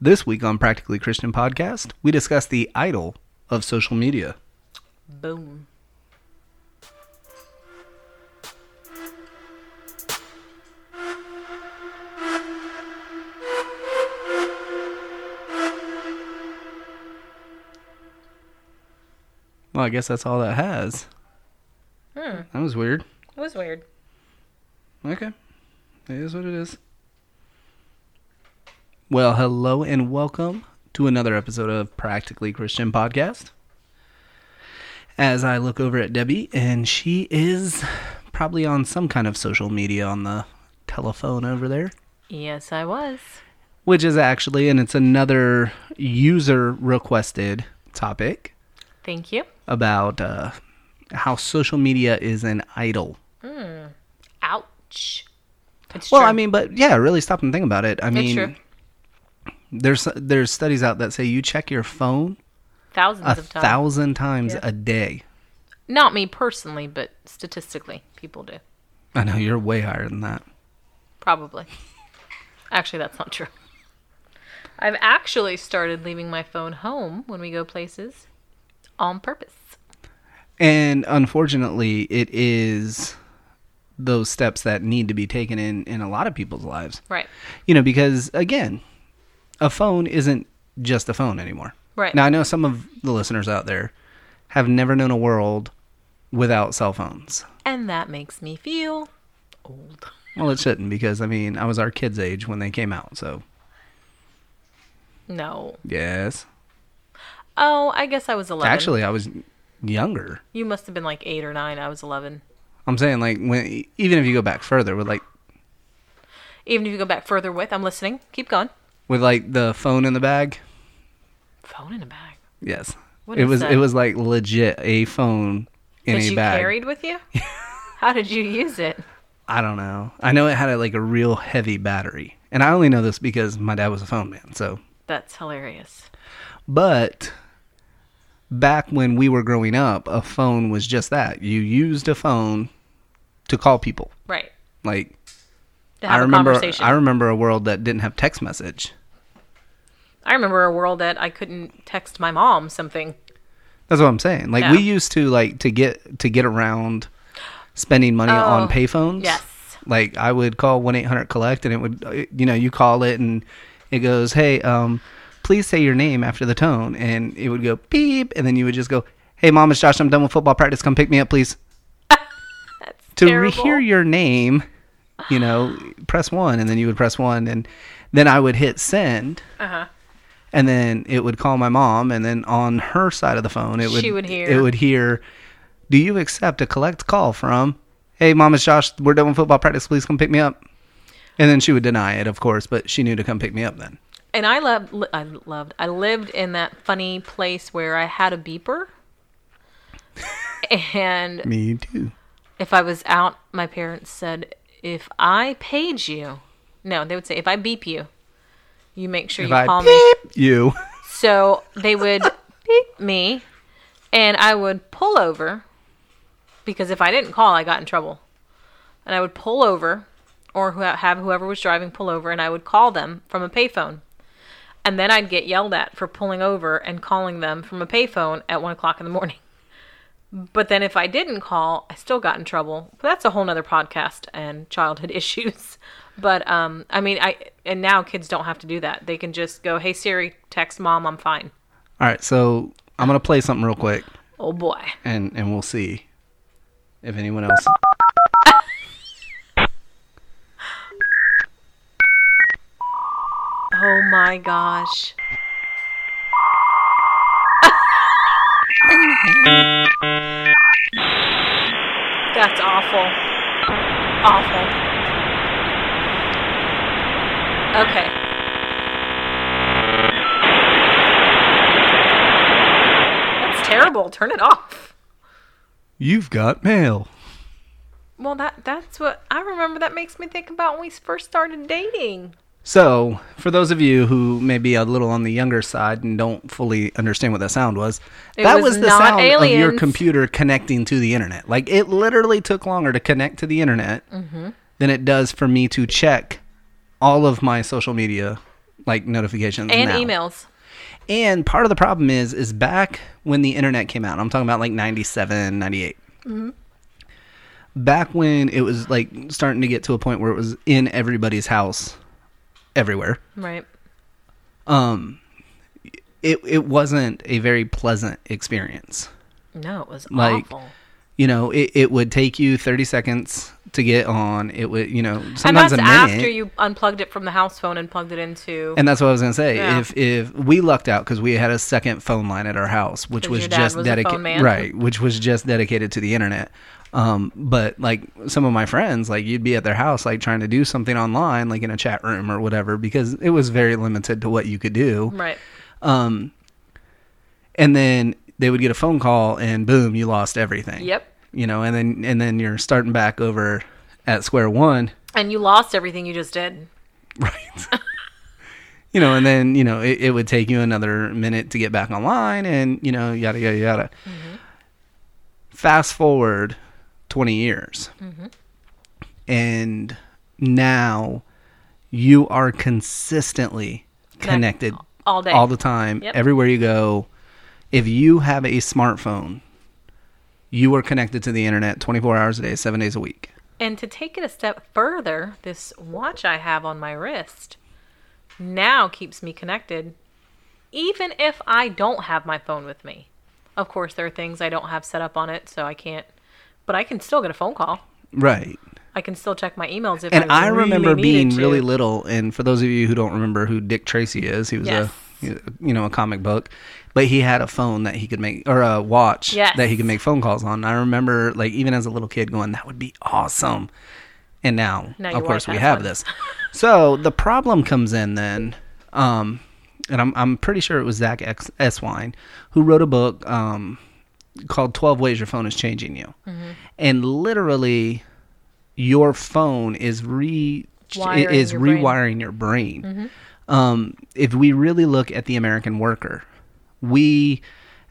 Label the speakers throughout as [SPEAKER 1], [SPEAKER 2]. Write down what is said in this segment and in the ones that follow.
[SPEAKER 1] This week on Practically Christian Podcast, we discuss the idol of social media.
[SPEAKER 2] Boom.
[SPEAKER 1] Well, I guess that's all that has.
[SPEAKER 2] Hmm.
[SPEAKER 1] That was weird.
[SPEAKER 2] It was weird.
[SPEAKER 1] Okay. It is what it is. Well, hello and welcome to another episode of Practically Christian Podcast. As I look over at Debbie, and she is probably on some kind of social media on the telephone over there,
[SPEAKER 2] Yes, I was.
[SPEAKER 1] which is actually, and it's another user requested topic
[SPEAKER 2] Thank you.
[SPEAKER 1] about uh, how social media is an idol.
[SPEAKER 2] Ouch. It's
[SPEAKER 1] Well,
[SPEAKER 2] true.
[SPEAKER 1] I mean, but yeah, really stop and think about it. I
[SPEAKER 2] it's
[SPEAKER 1] mean,
[SPEAKER 2] true.
[SPEAKER 1] there's there's studies out that say you check your phone
[SPEAKER 2] Thousands
[SPEAKER 1] a
[SPEAKER 2] of times.
[SPEAKER 1] thousand times
[SPEAKER 2] Yeah.
[SPEAKER 1] a day.
[SPEAKER 2] Not me personally, but statistically, people do.
[SPEAKER 1] I know you're way higher than that.
[SPEAKER 2] Probably. actually, that's not true. I've actually started leaving my phone home when we go places on purpose.
[SPEAKER 1] And unfortunately, it is those steps that need to be taken in in a lot of people's lives.
[SPEAKER 2] Right.
[SPEAKER 1] You know, because again, a phone isn't just a phone anymore.
[SPEAKER 2] Right.
[SPEAKER 1] Now, I know some of the listeners out there have never known a world without cell phones.
[SPEAKER 2] And that makes me feel old.
[SPEAKER 1] Well, it shouldn't because I mean, I was our kids' age when they came out, so
[SPEAKER 2] No.
[SPEAKER 1] yes.
[SPEAKER 2] Oh, I guess I was 11.
[SPEAKER 1] Actually, I was younger.
[SPEAKER 2] you must have been like 8 or 9. I was 11.
[SPEAKER 1] I'm saying like when even if you go back further with like
[SPEAKER 2] Even if you go back further with, I'm listening. Keep going.
[SPEAKER 1] with like the phone in the bag.
[SPEAKER 2] Phone in a bag.
[SPEAKER 1] Yes.
[SPEAKER 2] What
[SPEAKER 1] it
[SPEAKER 2] is
[SPEAKER 1] was
[SPEAKER 2] that?
[SPEAKER 1] it was like legit a phone in
[SPEAKER 2] that
[SPEAKER 1] a
[SPEAKER 2] you
[SPEAKER 1] bag.
[SPEAKER 2] carried with you? How did you use it?
[SPEAKER 1] I don't know. I know it had a, like a real heavy battery. And I only know this because my dad was a phone man, so
[SPEAKER 2] That's hilarious.
[SPEAKER 1] but back when we were growing up, a phone was just that. You used a phone to call people.
[SPEAKER 2] Right.
[SPEAKER 1] Like
[SPEAKER 2] To
[SPEAKER 1] I
[SPEAKER 2] have a
[SPEAKER 1] remember
[SPEAKER 2] conversation.
[SPEAKER 1] I remember a world that didn't have text message.
[SPEAKER 2] I remember a world that I couldn't text my mom something.
[SPEAKER 1] That's what I'm saying. Like
[SPEAKER 2] Yeah.
[SPEAKER 1] we used to like to get to get around spending money on
[SPEAKER 2] Oh,
[SPEAKER 1] payphones.
[SPEAKER 2] yes.
[SPEAKER 1] Like I would call one eight hundred collect, and it would uh, you know you call it and it goes hey um please say your name after the tone and it would go beep and then you would just go hey mom it's Josh I'm done with football practice come pick me up please
[SPEAKER 2] That's
[SPEAKER 1] to
[SPEAKER 2] terrible.
[SPEAKER 1] hear your name you know press one and then you would press one and then I would hit send.
[SPEAKER 2] Uh-huh.
[SPEAKER 1] and then it would call my mom and then on her side of the phone it would,
[SPEAKER 2] She would hear.
[SPEAKER 1] it would hear do you accept a collect call from hey mom it's josh we're done with football practice please come pick me up and then she would deny it of course but she knew to come pick me up then
[SPEAKER 2] And I loved, li- I loved, I lived in that funny place where I had a beeper. and
[SPEAKER 1] me too
[SPEAKER 2] if I was out, my parents said, if I paid you, no, they would say, if I beep you, you make sure
[SPEAKER 1] if
[SPEAKER 2] you
[SPEAKER 1] i
[SPEAKER 2] call me.
[SPEAKER 1] beep you
[SPEAKER 2] So they would beep me, and I would pull over because if I didn't call, I got in trouble. And I would pull over, or who- have whoever was driving pull over, and I would call them from a payphone. And then I'd get yelled at for pulling over and calling them from a payphone at one o'clock in the morning. But then if I didn't call, I still got in trouble. But that's a whole nother podcast and childhood issues. But um, I mean, I and now kids don't have to do that. They can just go, "Hey Siri, text mom, I'm fine."
[SPEAKER 1] all right so i'm gonna play something real quick
[SPEAKER 2] Oh boy,
[SPEAKER 1] and and we'll see if anyone else
[SPEAKER 2] oh my gosh. That's awful. Awful. Okay. That's terrible. Turn it off.
[SPEAKER 1] you've got mail
[SPEAKER 2] Well, that that's what I remember. That makes me think about when we first started dating.
[SPEAKER 1] So, for those of you who may be a little on the younger side and don't fully understand what that sound was,
[SPEAKER 2] It
[SPEAKER 1] that was,
[SPEAKER 2] was
[SPEAKER 1] the
[SPEAKER 2] not
[SPEAKER 1] sound of your
[SPEAKER 2] aliens.
[SPEAKER 1] computer connecting to the internet. Like, it literally took longer to connect to the
[SPEAKER 2] Mm-hmm.
[SPEAKER 1] internet than it does for me to check all of my social media like notifications
[SPEAKER 2] and
[SPEAKER 1] now.
[SPEAKER 2] emails.
[SPEAKER 1] And part of the problem is, is back when the internet came out, I'm talking about like 97, 98.
[SPEAKER 2] Mm-hmm.
[SPEAKER 1] Back when it was like starting to get to a point where it was in everybody's house everywhere,
[SPEAKER 2] Right.
[SPEAKER 1] it, it wasn't a very pleasant experience.
[SPEAKER 2] No, it was
[SPEAKER 1] Like-
[SPEAKER 2] awful.
[SPEAKER 1] You know, it, it would take you 30 seconds to get on. It would, you know,
[SPEAKER 2] And
[SPEAKER 1] sometimes
[SPEAKER 2] that's
[SPEAKER 1] a minute.
[SPEAKER 2] after you unplugged it from the house phone and plugged it into.
[SPEAKER 1] And that's what I was gonna say.
[SPEAKER 2] Yeah.
[SPEAKER 1] If if we lucked out because we had a second phone line at our house, which
[SPEAKER 2] 'Cause
[SPEAKER 1] was
[SPEAKER 2] your dad
[SPEAKER 1] just
[SPEAKER 2] was a phone
[SPEAKER 1] dedicated,
[SPEAKER 2] man.
[SPEAKER 1] right? Which was just dedicated to the internet. Um, but like some of my friends, like you'd be at their house, like trying to do something online, like in a chat room or whatever, because it was very limited to what you could do.
[SPEAKER 2] right.
[SPEAKER 1] And then they would get a phone call, and boom, you lost everything.
[SPEAKER 2] Yep.
[SPEAKER 1] You know, and then and then you're starting back over at square one.
[SPEAKER 2] And you lost everything you just did.
[SPEAKER 1] Right. you know, and then, you know, it, it would take you another minute to get back online and, you know, yada, yada, yada.
[SPEAKER 2] Mm-hmm.
[SPEAKER 1] Fast forward 20 years.
[SPEAKER 2] Mm-hmm.
[SPEAKER 1] And now you are consistently connected
[SPEAKER 2] all day.
[SPEAKER 1] all the time,
[SPEAKER 2] Yep.
[SPEAKER 1] everywhere you go. If you have a smartphone, you are connected to the internet 24 hours a day, seven days a week.
[SPEAKER 2] And to take it a step further, this watch I have on my wrist now keeps me connected, even if I don't have my phone with me. Of course, there are things I don't have set up on it, so I can't, but I can still get a phone call.
[SPEAKER 1] Right.
[SPEAKER 2] I can still check my emails if
[SPEAKER 1] and I
[SPEAKER 2] really
[SPEAKER 1] remember
[SPEAKER 2] needed
[SPEAKER 1] being
[SPEAKER 2] to.
[SPEAKER 1] really little. And for those of you who don't remember who Dick Tracy is, he was
[SPEAKER 2] Yes.
[SPEAKER 1] a you know a comic book, but he had a phone that he could make or a watch
[SPEAKER 2] Yes.
[SPEAKER 1] that he could make phone calls on. And I remember like even as a little kid going, that would be awesome. And now,
[SPEAKER 2] Now
[SPEAKER 1] of
[SPEAKER 2] you
[SPEAKER 1] course, we
[SPEAKER 2] already
[SPEAKER 1] have
[SPEAKER 2] have one.
[SPEAKER 1] this. so the problem comes in then, um, and I'm I'm pretty sure it was Zach X- Eswine who wrote a book um, called 12 Ways Your Phone is Changing You.
[SPEAKER 2] Mm-hmm.
[SPEAKER 1] And literally, your phone is re
[SPEAKER 2] Wiring
[SPEAKER 1] is
[SPEAKER 2] your brain.
[SPEAKER 1] rewiring your brain. Um, if we really look at the American worker, we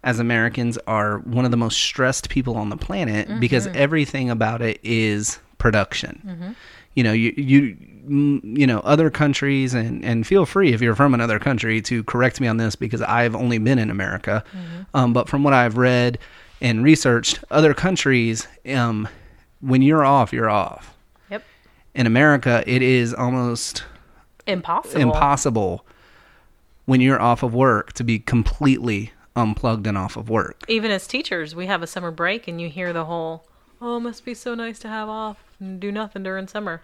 [SPEAKER 1] as Americans are one of the most stressed people on the planet because everything about it is production. You know, you you mm, you know other countries and and feel free if you're from another country to correct me on this because I've only been in America, um, but from what I've read and researched, other countries, um, when you're off, you're off.
[SPEAKER 2] yep
[SPEAKER 1] In America, it is almost
[SPEAKER 2] impossible.
[SPEAKER 1] impossible when you're off of work to be completely unplugged and off of work.
[SPEAKER 2] Even as teachers, we have a summer break, and you hear the whole, "Oh, it must be so nice to have off and do nothing during summer."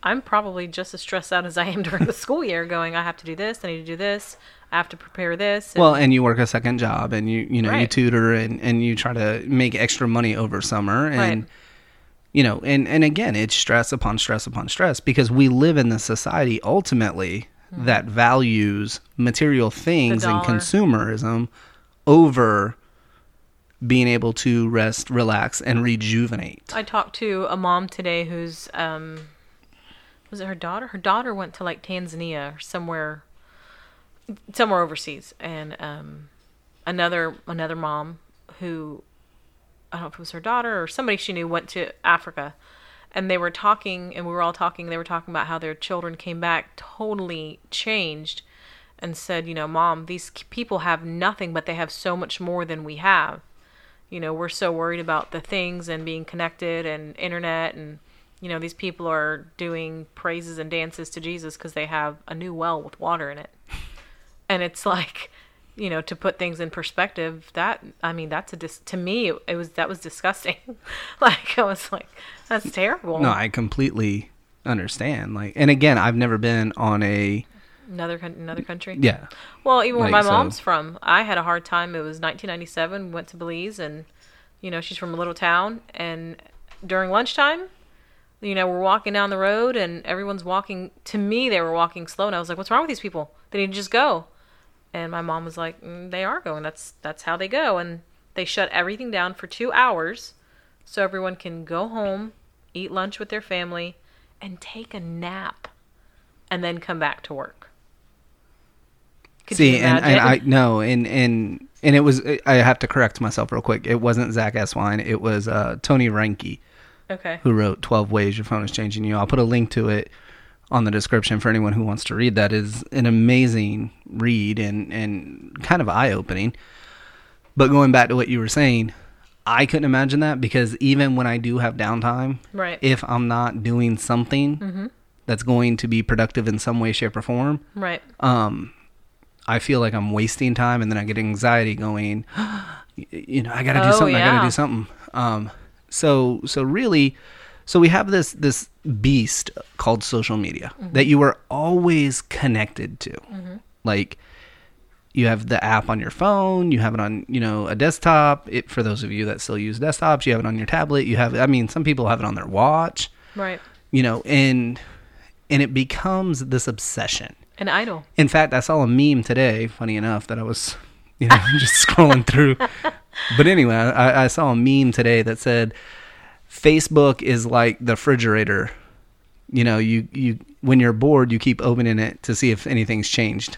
[SPEAKER 2] I'm probably just as stressed out as I am during the school year, going, "I have to do this. I need to do this. I have to prepare this." and-
[SPEAKER 1] Well, and you work a second job and you you know you
[SPEAKER 2] Right.
[SPEAKER 1] tutor and and you try to make extra money over summer and
[SPEAKER 2] Right.
[SPEAKER 1] you know and and again it's stress upon stress upon stress because we live in the society ultimately that values material things and
[SPEAKER 2] Hmm. dollar.
[SPEAKER 1] consumerism over being able to rest, relax and rejuvenate.
[SPEAKER 2] I talked to a mom today who's um was it her daughter? Her daughter went to like Tanzania or somewhere somewhere overseas and um another another mom who I don't know if it was her daughter or somebody she knew went to Africa and they were talking and we were all talking they were talking about how their children came back totally changed and said, you know, mom, these k- people have nothing but they have so much more than we have you know we're so worried about the things and being connected and internet and you know these people are doing praises and dances to jesus because they have a new well with water in it and it's like you know to put things in perspective that i mean that's a dis- to me it, it was that was disgusting like i was like that's terrible
[SPEAKER 1] No, I completely understand. Like, and again, I've never been on a
[SPEAKER 2] another coun- another country
[SPEAKER 1] yeah,
[SPEAKER 2] Well, even where
[SPEAKER 1] Like,
[SPEAKER 2] my
[SPEAKER 1] so-
[SPEAKER 2] mom's from, I had a hard time. It was 1997. Went to Belize, and you know she's from a little town. And during lunchtime, you know we're walking down the road, and everyone's walking. To me, they were walking slow, and I was like, "What's wrong with these people? They need to just go." And my mom was like, mm, "They are going. That's that's how they go." And they shut everything down for two hours, so everyone can go home, eat lunch with their family, and take a nap, and then come back to work. Could
[SPEAKER 1] see,
[SPEAKER 2] you
[SPEAKER 1] and, and
[SPEAKER 2] imagine?
[SPEAKER 1] I no, and and and it was. I have to correct myself real quick. It wasn't Zach Eswine. It was uh, Tony Ranke
[SPEAKER 2] Okay.
[SPEAKER 1] who wrote Twelve Ways Your Phone Is Changing You. I'll put a link to it on the description for anyone who wants to read that is an amazing read and, and kind of eye opening. But going back to what you were saying, I couldn't imagine that because even when I do have downtime,
[SPEAKER 2] Right.
[SPEAKER 1] if I'm not doing something that's going to be productive in some way, shape, or form,
[SPEAKER 2] Right.
[SPEAKER 1] um, I feel like I'm wasting time, and then I get anxiety going. y- you know, I got to do
[SPEAKER 2] Oh,
[SPEAKER 1] something. I got to
[SPEAKER 2] yeah.
[SPEAKER 1] do something. Um, so so really, so we have this this beast called social media
[SPEAKER 2] Mm-hmm.
[SPEAKER 1] that you are always connected to, like. You have the app on your phone. You have it on, you know, a desktop. It for those of you that still use desktops. You have it on your tablet. You have, I mean, some people have it on their watch.
[SPEAKER 2] Right.
[SPEAKER 1] You know, and and it becomes this obsession.
[SPEAKER 2] An idol.
[SPEAKER 1] In fact, I saw a meme today, funny enough, that I was, you know, just scrolling through. But anyway, I, I saw a meme today that said Facebook is like the refrigerator. You know, you, you when you're bored, you keep opening it to see if anything's changed.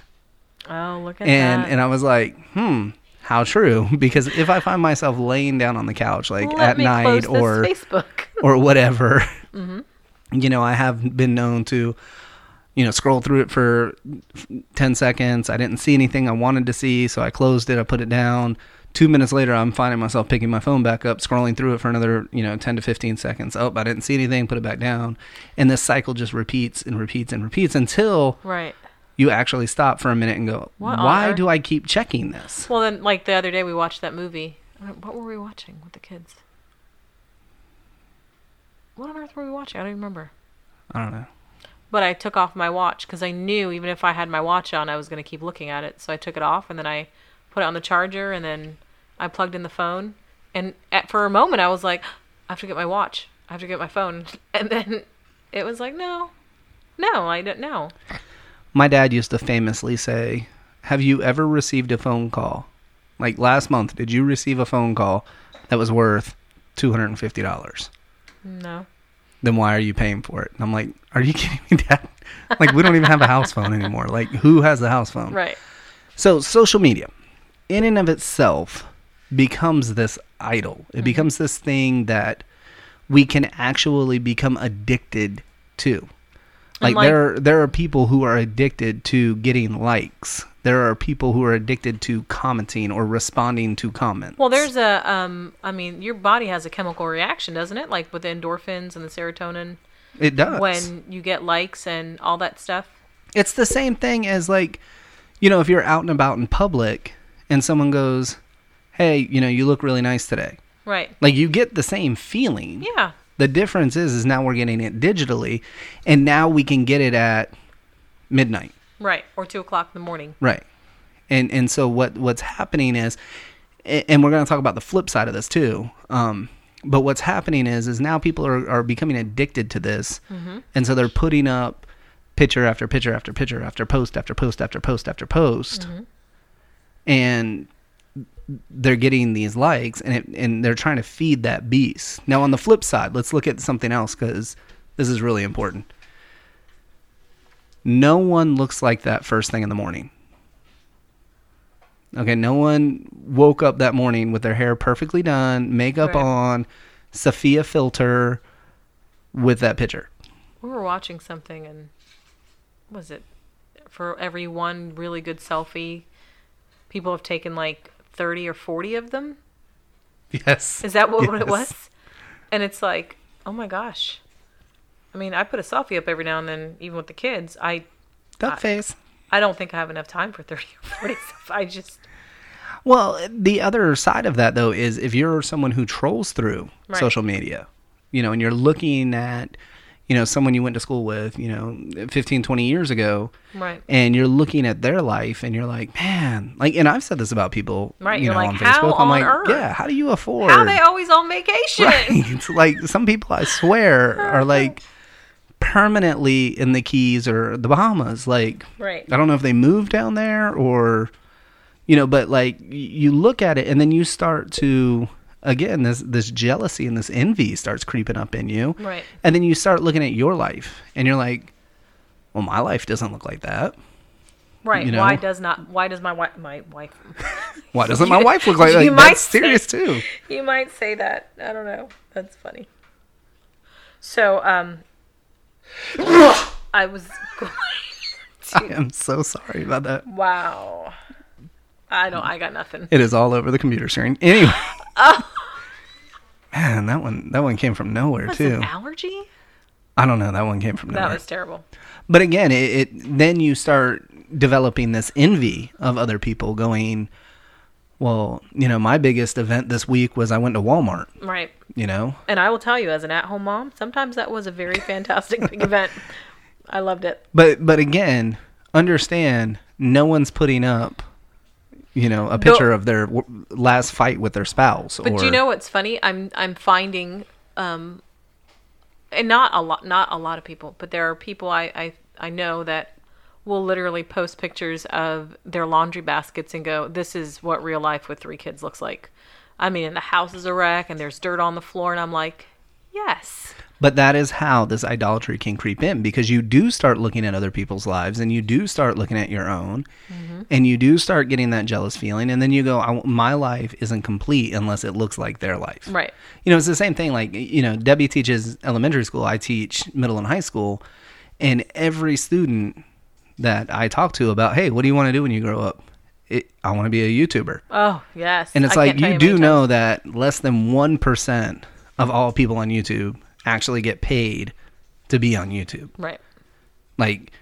[SPEAKER 2] Oh, look at
[SPEAKER 1] And
[SPEAKER 2] that.
[SPEAKER 1] and I was like, hmm, how true? Because if I find myself laying down on the couch like
[SPEAKER 2] Let
[SPEAKER 1] at
[SPEAKER 2] me
[SPEAKER 1] night
[SPEAKER 2] close this
[SPEAKER 1] or
[SPEAKER 2] Facebook.
[SPEAKER 1] or whatever. You know, I have been known to, you know, scroll through it for f- 10 seconds. I didn't see anything I wanted to see, so I closed it, I put it down. Two minutes later, I'm finding myself picking my phone back up, scrolling through it for another, you know, 10 to 15 seconds. Oh, I didn't see anything, put it back down. And this cycle just repeats and repeats and repeats until
[SPEAKER 2] Right.
[SPEAKER 1] you actually stop for a minute and go,
[SPEAKER 2] What on
[SPEAKER 1] why
[SPEAKER 2] earth?"
[SPEAKER 1] do I keep checking this?
[SPEAKER 2] Well, then, like the other day, we watched that movie. Uh, What were we watching with the kids? What on earth were we watching? I don't even remember.
[SPEAKER 1] I don't know.
[SPEAKER 2] But I took off my watch because I knew even if I had my watch on, I was going to keep looking at it. So I took it off and then I put it on the charger and then I plugged in the phone. And at, for a moment, I was like, I have to get my watch. I have to get my phone. And then it was like, no, no, I don't know.
[SPEAKER 1] My dad used to famously say, Have you ever received a phone call? Like last month, did you receive a phone call that was worth $250?
[SPEAKER 2] No.
[SPEAKER 1] Then why are you paying for it? And I'm like, Are you kidding me, dad? Like, we don't even have a house phone anymore. Like, who has a house phone?
[SPEAKER 2] Right.
[SPEAKER 1] So, social media, in and of itself, becomes this idol.
[SPEAKER 2] Mm-hmm.
[SPEAKER 1] It becomes this thing that we can actually become addicted to. Like,
[SPEAKER 2] like-
[SPEAKER 1] there, are, there are people who are addicted to getting likes. There are people who are addicted to commenting or responding to comments.
[SPEAKER 2] Well, there's a, um, I mean, your body has a chemical reaction, doesn't it? Like with the endorphins and the serotonin
[SPEAKER 1] it does.
[SPEAKER 2] when you get likes and all that stuff.
[SPEAKER 1] It's the same thing as like, you know, if you're out and about in public and someone goes, "Hey, you know, you look really nice today."
[SPEAKER 2] Right.
[SPEAKER 1] Like you get the same feeling.
[SPEAKER 2] Yeah.
[SPEAKER 1] The difference is, is now we're getting it digitally, and now we can get it at midnight,
[SPEAKER 2] Right. Or two o'clock in the morning.
[SPEAKER 1] right? And and so what what's happening is, a- and we're going to talk about the flip side of this too. Um, but what's happening is, is now people are are becoming addicted to this, and so they're putting up picture after picture after picture after post after post after post after post, and they're getting these likes and it, and they're trying to feed that beast. Now on the flip side, let's look at something else cuz this is really important. No one looks like that first thing in the morning. Okay, no one woke up that morning with their hair perfectly done, makeup
[SPEAKER 2] Right.
[SPEAKER 1] on, Sophia filter with that picture.
[SPEAKER 2] We were watching something and was it for every one really good selfie, people have taken like 30 or 40 of them?
[SPEAKER 1] Yes.
[SPEAKER 2] Is that what, what it
[SPEAKER 1] Yes.
[SPEAKER 2] was? And it's like, oh my gosh. I mean, I put a selfie up every now and then, even with the kids. I
[SPEAKER 1] That face.
[SPEAKER 2] I don't think I have enough time for 30 or 40 selfies. I just,
[SPEAKER 1] Well, the other side of that though is if you're someone who trolls through
[SPEAKER 2] Right.
[SPEAKER 1] social media, you know, and you're looking at, you know, someone you went to school with, you know, 15, 20 years ago,
[SPEAKER 2] right.
[SPEAKER 1] and you're looking at their life and you're like, man, like, and I've said this about people,
[SPEAKER 2] Right,
[SPEAKER 1] you
[SPEAKER 2] you're
[SPEAKER 1] know,
[SPEAKER 2] like,
[SPEAKER 1] on
[SPEAKER 2] "How
[SPEAKER 1] Facebook. I'm
[SPEAKER 2] on
[SPEAKER 1] like,
[SPEAKER 2] earth?"
[SPEAKER 1] yeah, how do you afford?
[SPEAKER 2] How are they always on vacation?
[SPEAKER 1] Right. like some people I swear are like permanently in the Keys or the Bahamas. Like
[SPEAKER 2] Right.
[SPEAKER 1] I don't know if they move down there or you know, but like y- you look at it and then you start to again this this jealousy and this envy starts creeping up in you.
[SPEAKER 2] Right.
[SPEAKER 1] And then you start looking at your life and you're like, Well, my life doesn't look like that.
[SPEAKER 2] Right.
[SPEAKER 1] You know?
[SPEAKER 2] Why does not? Why does my wife? My wife.
[SPEAKER 1] Why doesn't my wife look like
[SPEAKER 2] You
[SPEAKER 1] that?
[SPEAKER 2] might
[SPEAKER 1] That's
[SPEAKER 2] say-
[SPEAKER 1] serious too.
[SPEAKER 2] You might say that. I don't know. That's funny. So, um, I was going
[SPEAKER 1] I
[SPEAKER 2] to.
[SPEAKER 1] am so sorry about that.
[SPEAKER 2] Wow. I don't. I got nothing.
[SPEAKER 1] It is all over the computer screen. Anyway. Man, that one that one came from nowhere
[SPEAKER 2] Was
[SPEAKER 1] too.
[SPEAKER 2] an allergy?
[SPEAKER 1] I don't know. That one came from nowhere.
[SPEAKER 2] That was terrible.
[SPEAKER 1] But again, it, it then you start developing this envy of other people going, well, you know, my biggest event this week was I went to Walmart,
[SPEAKER 2] Right.
[SPEAKER 1] you know.
[SPEAKER 2] And I will tell you, as an at-home mom, sometimes that was a very fantastic big event. I loved it.
[SPEAKER 1] But but again, understand no one's putting up you know, a picture of their w- last fight with their spouse
[SPEAKER 2] But
[SPEAKER 1] or
[SPEAKER 2] do you know what's funny? I'm I'm finding, um, and not a lot, not a lot of people, but there are people I I, I know that will literally post pictures of their laundry baskets and go, "This is what real life with three kids looks like." I mean, and the house is a wreck, and there's dirt on the floor, and I'm like, "Yes,
[SPEAKER 1] But that is how this idolatry can creep in because you do start looking at other people's lives and you do start looking at your own and you do start getting that jealous feeling. And then you go, I, w- my life isn't complete unless it looks like their life.
[SPEAKER 2] Right.
[SPEAKER 1] You know, it's the same thing. Like, you know, Debbie teaches elementary school, I teach middle and high school. And every student that I talk to about, hey, what do you want to do when you grow up? It, I want to be a YouTuber.
[SPEAKER 2] oh yes."
[SPEAKER 1] And it's
[SPEAKER 2] I
[SPEAKER 1] like
[SPEAKER 2] can't tell
[SPEAKER 1] you
[SPEAKER 2] how many
[SPEAKER 1] do
[SPEAKER 2] times-
[SPEAKER 1] know that less than one percent of all people on YouTube actually get paid to be on YouTube.
[SPEAKER 2] right?
[SPEAKER 1] Like,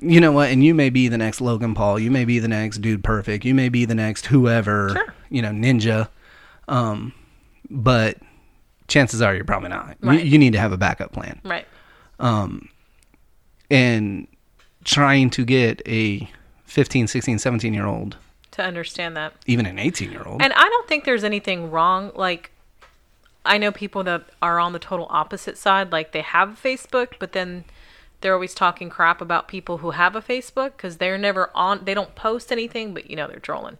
[SPEAKER 1] you know what? And you may be the next Logan Paul. You may be the next Dude Perfect. You may be the next whoever.
[SPEAKER 2] Sure.
[SPEAKER 1] You know, Ninja. Um, but chances are you're probably not. You-
[SPEAKER 2] Right.
[SPEAKER 1] you need to have a backup plan
[SPEAKER 2] Right.
[SPEAKER 1] and trying to get a 15 16 17 year old
[SPEAKER 2] To understand that.
[SPEAKER 1] even an 18 year old
[SPEAKER 2] And I don't think there's anything wrong. Like, I know people that are on the total opposite side. Like, they have a Facebook, but then they're always talking crap about people who have a Facebook because they're never on. They don't post anything, but you know they're trolling.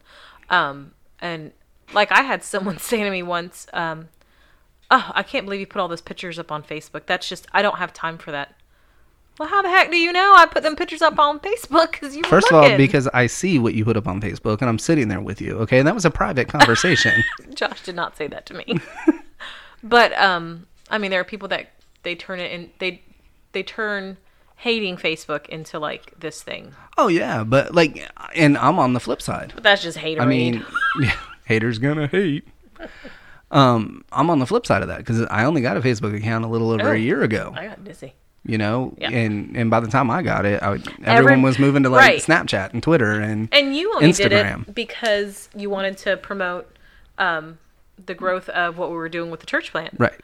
[SPEAKER 2] Um, and like I had someone say to me once, um, "Oh, I can't believe you put all those pictures up on Facebook. That's just I don't have time for that." Well, how the heck do you know I put them pictures up on Facebook? Because you were
[SPEAKER 1] First of all,
[SPEAKER 2] looking.
[SPEAKER 1] because I see what you put up on Facebook and I'm sitting there with you, okay? And that was a private conversation.
[SPEAKER 2] Josh did not say that to me. but um I mean there are people that they turn it in they they turn hating Facebook into like this thing.
[SPEAKER 1] oh, yeah, but like, and I'm on the flip side.
[SPEAKER 2] But that's just hater.
[SPEAKER 1] I mean, yeah, haters gonna hate. Um, I'm on the flip side of that because I only got a Facebook account a little over
[SPEAKER 2] Oh.
[SPEAKER 1] a year ago,
[SPEAKER 2] I got dizzy.
[SPEAKER 1] you know,
[SPEAKER 2] Yeah.
[SPEAKER 1] and and by the time I got it, I, would- everyone was moving to like
[SPEAKER 2] right.
[SPEAKER 1] Snapchat and Twitter and
[SPEAKER 2] And you only did
[SPEAKER 1] Instagram.
[SPEAKER 2] it because you wanted to promote um the growth of what we were doing with the church plant.
[SPEAKER 1] right,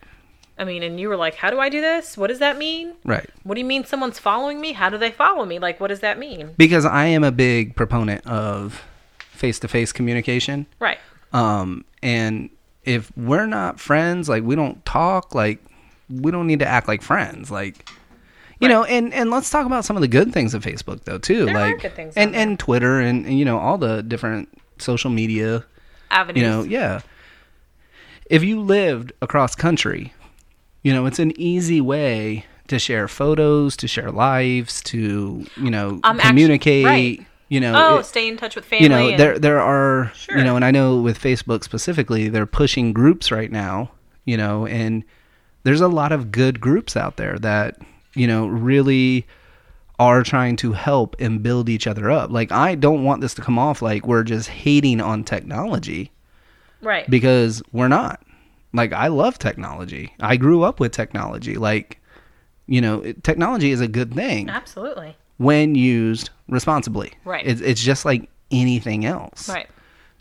[SPEAKER 2] I mean, and you were like, "How do I do this? What does that mean?
[SPEAKER 1] right.
[SPEAKER 2] What do you mean someone's following me? How do they follow me? Like, what does that mean?"
[SPEAKER 1] Because I am a big proponent of face to face communication.
[SPEAKER 2] Right.
[SPEAKER 1] Um, and if we're not friends, like we don't talk, like we don't need to act like friends, like you know. And and let's talk about some of the good things of Facebook though too,
[SPEAKER 2] There are
[SPEAKER 1] like
[SPEAKER 2] good things
[SPEAKER 1] and
[SPEAKER 2] on there.
[SPEAKER 1] and Twitter and, and you know all the different social media,
[SPEAKER 2] Avenues.
[SPEAKER 1] you know, yeah. If you lived across country, you know it's an easy way to share photos, to share lives, to you know
[SPEAKER 2] I'm Um, actu-
[SPEAKER 1] communicate.
[SPEAKER 2] right.
[SPEAKER 1] You know,
[SPEAKER 2] oh,
[SPEAKER 1] it-
[SPEAKER 2] stay in touch with family.
[SPEAKER 1] you know
[SPEAKER 2] and-
[SPEAKER 1] there there are
[SPEAKER 2] Sure.
[SPEAKER 1] you know and i know with facebook specifically they're pushing groups right now you know and there's a lot of good groups out there that you know really are trying to help and build each other up like i don't want this to come off like we're just hating on technology
[SPEAKER 2] right.
[SPEAKER 1] because we're not like i love technology i grew up with technology like you know it- technology is a good thing
[SPEAKER 2] Absolutely.
[SPEAKER 1] when used responsibly
[SPEAKER 2] Right.
[SPEAKER 1] it's, it's just like anything else
[SPEAKER 2] Right.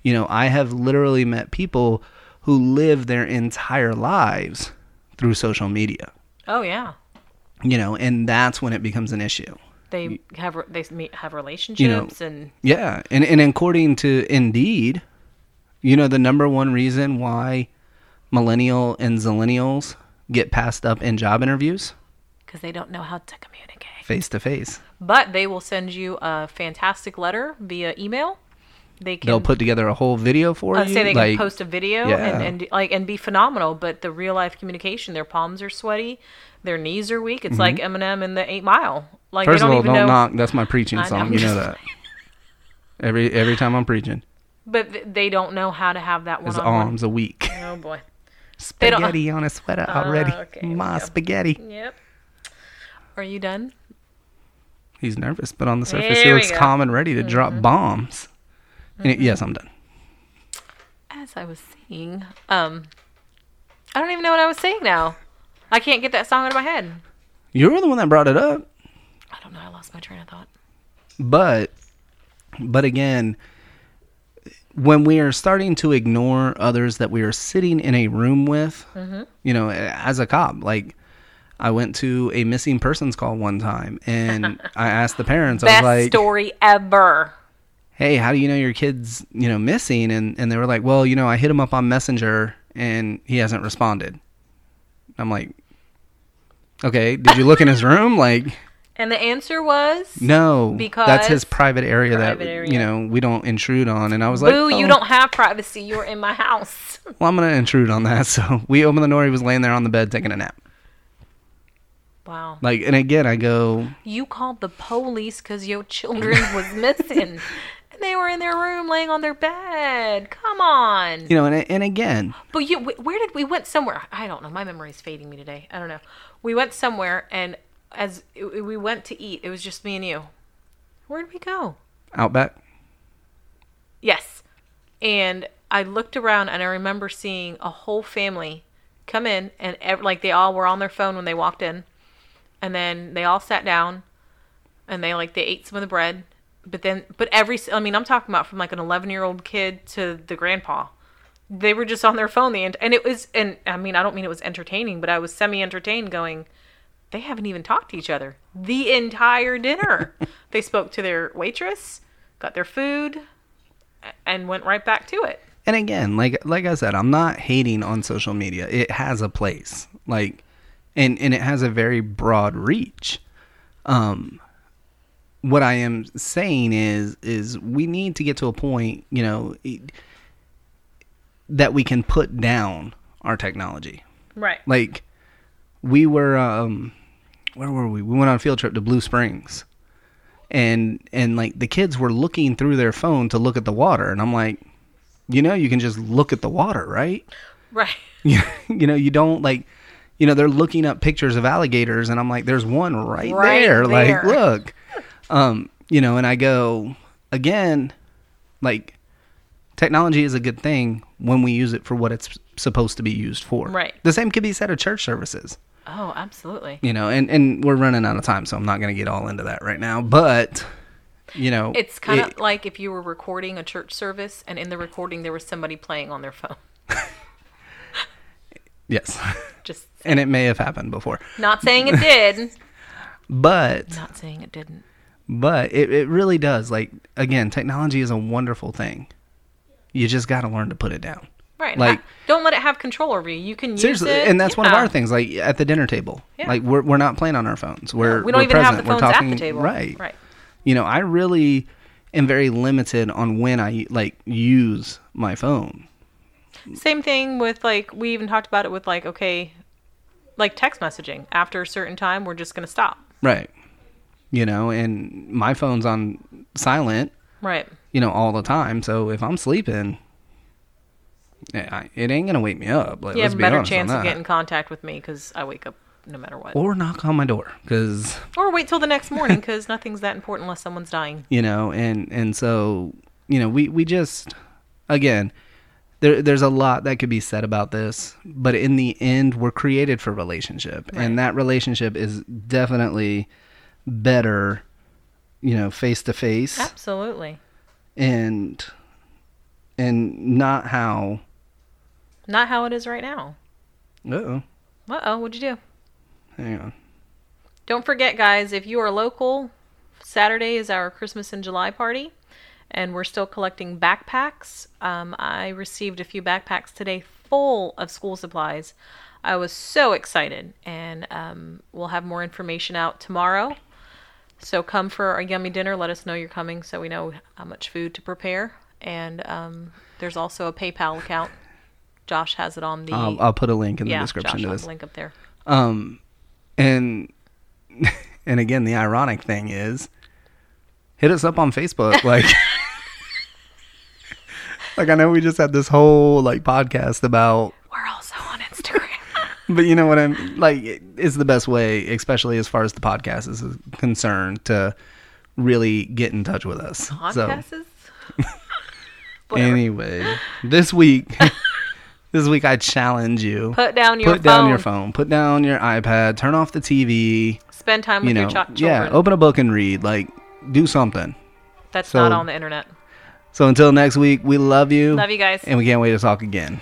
[SPEAKER 1] You know, I have literally met people who live their entire lives through social media,
[SPEAKER 2] Oh yeah.
[SPEAKER 1] you know, and that's when it becomes an issue.
[SPEAKER 2] They have they meet, have relationships and
[SPEAKER 1] Yeah. And, and according to Indeed, you know, the number one reason why millennial and zillennials get passed up in job interviews
[SPEAKER 2] because they don't know how to communicate.
[SPEAKER 1] face to face.
[SPEAKER 2] But they will send you a fantastic letter via email. They can
[SPEAKER 1] They'll put together a whole video for
[SPEAKER 2] uh,
[SPEAKER 1] you.
[SPEAKER 2] say they
[SPEAKER 1] like,
[SPEAKER 2] can post a video
[SPEAKER 1] Yeah.
[SPEAKER 2] and, and like and be phenomenal. But the real life communication, their palms are sweaty, their knees are weak. It's like Eminem in the Eight Mile. Like
[SPEAKER 1] Mm-hmm. First
[SPEAKER 2] they
[SPEAKER 1] of
[SPEAKER 2] don't
[SPEAKER 1] all,
[SPEAKER 2] even
[SPEAKER 1] don't
[SPEAKER 2] know.
[SPEAKER 1] knock. That's my preaching
[SPEAKER 2] I know,
[SPEAKER 1] song.
[SPEAKER 2] I'm
[SPEAKER 1] You know
[SPEAKER 2] just-
[SPEAKER 1] that. Every every time I'm preaching,
[SPEAKER 2] But th- they don't know how to have that
[SPEAKER 1] his
[SPEAKER 2] one on one.
[SPEAKER 1] arms a week.
[SPEAKER 2] Oh boy. They don't-
[SPEAKER 1] spaghetti on a sweater
[SPEAKER 2] Ah,
[SPEAKER 1] already.
[SPEAKER 2] okay,
[SPEAKER 1] My
[SPEAKER 2] yeah.
[SPEAKER 1] spaghetti.
[SPEAKER 2] Yep. Are you done?
[SPEAKER 1] He's nervous, but on the surface, he
[SPEAKER 2] There we
[SPEAKER 1] looks
[SPEAKER 2] go. Mm-hmm.
[SPEAKER 1] calm and ready to drop bombs. And it- yes, I'm done.
[SPEAKER 2] As I was saying, um, I don't even know what I was saying now. I can't get that song out of my head.
[SPEAKER 1] You were the one that brought it up,
[SPEAKER 2] I don't know. I lost my train of thought.
[SPEAKER 1] but but again, when we are starting to ignore others that we are sitting in a room with,
[SPEAKER 2] Mm-hmm.
[SPEAKER 1] you know, as a cop, like I went to a missing persons call one time, and I asked the parents, I was
[SPEAKER 2] Best
[SPEAKER 1] like,
[SPEAKER 2] story ever.
[SPEAKER 1] hey how do you know your kid's you know missing and and they were like well you know i hit him up on messenger and he hasn't responded i'm like okay did you look in his room like
[SPEAKER 2] And the answer was
[SPEAKER 1] no that's his
[SPEAKER 2] Because-
[SPEAKER 1] private area that
[SPEAKER 2] Private area.
[SPEAKER 1] you know we don't intrude on and i was like
[SPEAKER 2] Boo,
[SPEAKER 1] oh,
[SPEAKER 2] you don't have privacy. You're in my house.
[SPEAKER 1] well i'm gonna intrude on that so we opened the door he was laying there on the bed taking a nap
[SPEAKER 2] Wow.
[SPEAKER 1] like and again i go
[SPEAKER 2] You called the police because your children was missing. And they were in their room laying on their bed. Come on.
[SPEAKER 1] you know and, and again
[SPEAKER 2] But you, wh- where did we went somewhere? I don't know. My memory's fading me today. I don't know. We went somewhere and as i- we went to eat, it was just me and you. Where did we go?
[SPEAKER 1] outback
[SPEAKER 2] Yes. And I looked around and I remember seeing a whole family come in and ev- like they all were on their phone when they walked in. And then they all sat down and they like they ate some of the bread, but then but every s- I mean, I'm talking about from like an 11-year-old kid to the grandpa. They were just on their phone the end and it was and I mean, I don't mean it was entertaining, but I was semi-entertained going they haven't even talked to each other the entire dinner. they spoke to their waitress, got their food, and went right back to it.
[SPEAKER 1] and again like like i said i'm not hating on social media it has a place like and and it has a very broad reach um what i am saying is is we need to get to a point you know it- that we can put down our technology
[SPEAKER 2] Right.
[SPEAKER 1] like we were um where were we we went on a field trip to blue springs and and like the kids were looking through their phone to look at the water and i'm like you know you can just look at the water right
[SPEAKER 2] Right.
[SPEAKER 1] you know you don't like you know they're looking up pictures of alligators and i'm like there's one right,
[SPEAKER 2] Right
[SPEAKER 1] there. like
[SPEAKER 2] there.
[SPEAKER 1] look um you know and i go again like technology is a good thing when we use it for what it's supposed to be used for
[SPEAKER 2] Right.
[SPEAKER 1] the same could be said of church services
[SPEAKER 2] Oh, absolutely.
[SPEAKER 1] you know and and we're running out of time so i'm not going to get all into that right now but you know
[SPEAKER 2] It's kind of
[SPEAKER 1] it-
[SPEAKER 2] like if you were recording a church service and in the recording there was somebody playing on their phone.
[SPEAKER 1] yes
[SPEAKER 2] Just
[SPEAKER 1] and it may have happened before
[SPEAKER 2] not saying it did,
[SPEAKER 1] but
[SPEAKER 2] not saying it didn't.
[SPEAKER 1] but it, it really does like again technology is a wonderful thing you just got to learn to put it down
[SPEAKER 2] Right.
[SPEAKER 1] Like-
[SPEAKER 2] Like, don't let it have control over you. You can
[SPEAKER 1] seriously
[SPEAKER 2] use it.
[SPEAKER 1] and that's one of
[SPEAKER 2] yeah.
[SPEAKER 1] our things like at the dinner table
[SPEAKER 2] Yeah.
[SPEAKER 1] like we're, we're not playing on our phones we're
[SPEAKER 2] We don't
[SPEAKER 1] we're
[SPEAKER 2] even
[SPEAKER 1] present.
[SPEAKER 2] have the
[SPEAKER 1] we're
[SPEAKER 2] phones
[SPEAKER 1] talking,
[SPEAKER 2] at the table.
[SPEAKER 1] right
[SPEAKER 2] Right.
[SPEAKER 1] you know i really am very limited on when i like use my phone
[SPEAKER 2] Same thing with like we even talked about it with like okay, like text messaging. After a certain time, we're just gonna stop.
[SPEAKER 1] right you know and my phone's on silent
[SPEAKER 2] Right.
[SPEAKER 1] you know all the time so if i'm sleeping eh, I- it ain't gonna wake me up like,
[SPEAKER 2] You
[SPEAKER 1] let's
[SPEAKER 2] have a
[SPEAKER 1] be
[SPEAKER 2] better
[SPEAKER 1] honest on
[SPEAKER 2] chance of
[SPEAKER 1] that.
[SPEAKER 2] getting in contact with me because I wake up no matter what.
[SPEAKER 1] or knock on my door because
[SPEAKER 2] Or wait till the next morning because nothing's that important unless someone's dying.
[SPEAKER 1] you know and and so you know we we just again there there's a lot that could be said about this but in the end we're created for relationship and that relationship is definitely better you know face to face
[SPEAKER 2] Absolutely.
[SPEAKER 1] and and not how
[SPEAKER 2] Not how it is right now.
[SPEAKER 1] oh
[SPEAKER 2] Uh oh, what'd you do?
[SPEAKER 1] hang on
[SPEAKER 2] Don't forget, guys, if you are local, Saturday is our Christmas in July party, and we're still collecting backpacks. Um, I received a few backpacks today full of school supplies. I was so excited, and um, we'll have more information out tomorrow. So come for our yummy dinner. Let us know you're coming so we know how much food to prepare. And um, there's also a PayPal account. Josh has it on the
[SPEAKER 1] Um, I'll, I'll put a link in
[SPEAKER 2] yeah,
[SPEAKER 1] the description
[SPEAKER 2] Josh
[SPEAKER 1] to
[SPEAKER 2] on
[SPEAKER 1] this
[SPEAKER 2] the link up there.
[SPEAKER 1] Um, and and again, the ironic thing is, hit us up on Facebook. Like, like I know we just had this whole like podcast about
[SPEAKER 2] We're also on Instagram.
[SPEAKER 1] but you know what I'm like. It's the best way, especially as far as the podcast is concerned, to really get in touch with us. So
[SPEAKER 2] Podcasts? Whatever.
[SPEAKER 1] anyway, this week, this week I challenge you.
[SPEAKER 2] Put down your
[SPEAKER 1] put down
[SPEAKER 2] phone.
[SPEAKER 1] your phone. Put down your iPad. Turn off the TV.
[SPEAKER 2] Spend time with
[SPEAKER 1] You know,
[SPEAKER 2] your ch- children.
[SPEAKER 1] yeah. Open a book and read. Like, do something.
[SPEAKER 2] That's
[SPEAKER 1] so-
[SPEAKER 2] not on the internet.
[SPEAKER 1] So until next week, we love you.
[SPEAKER 2] Love you guys.
[SPEAKER 1] And we can't wait to talk again.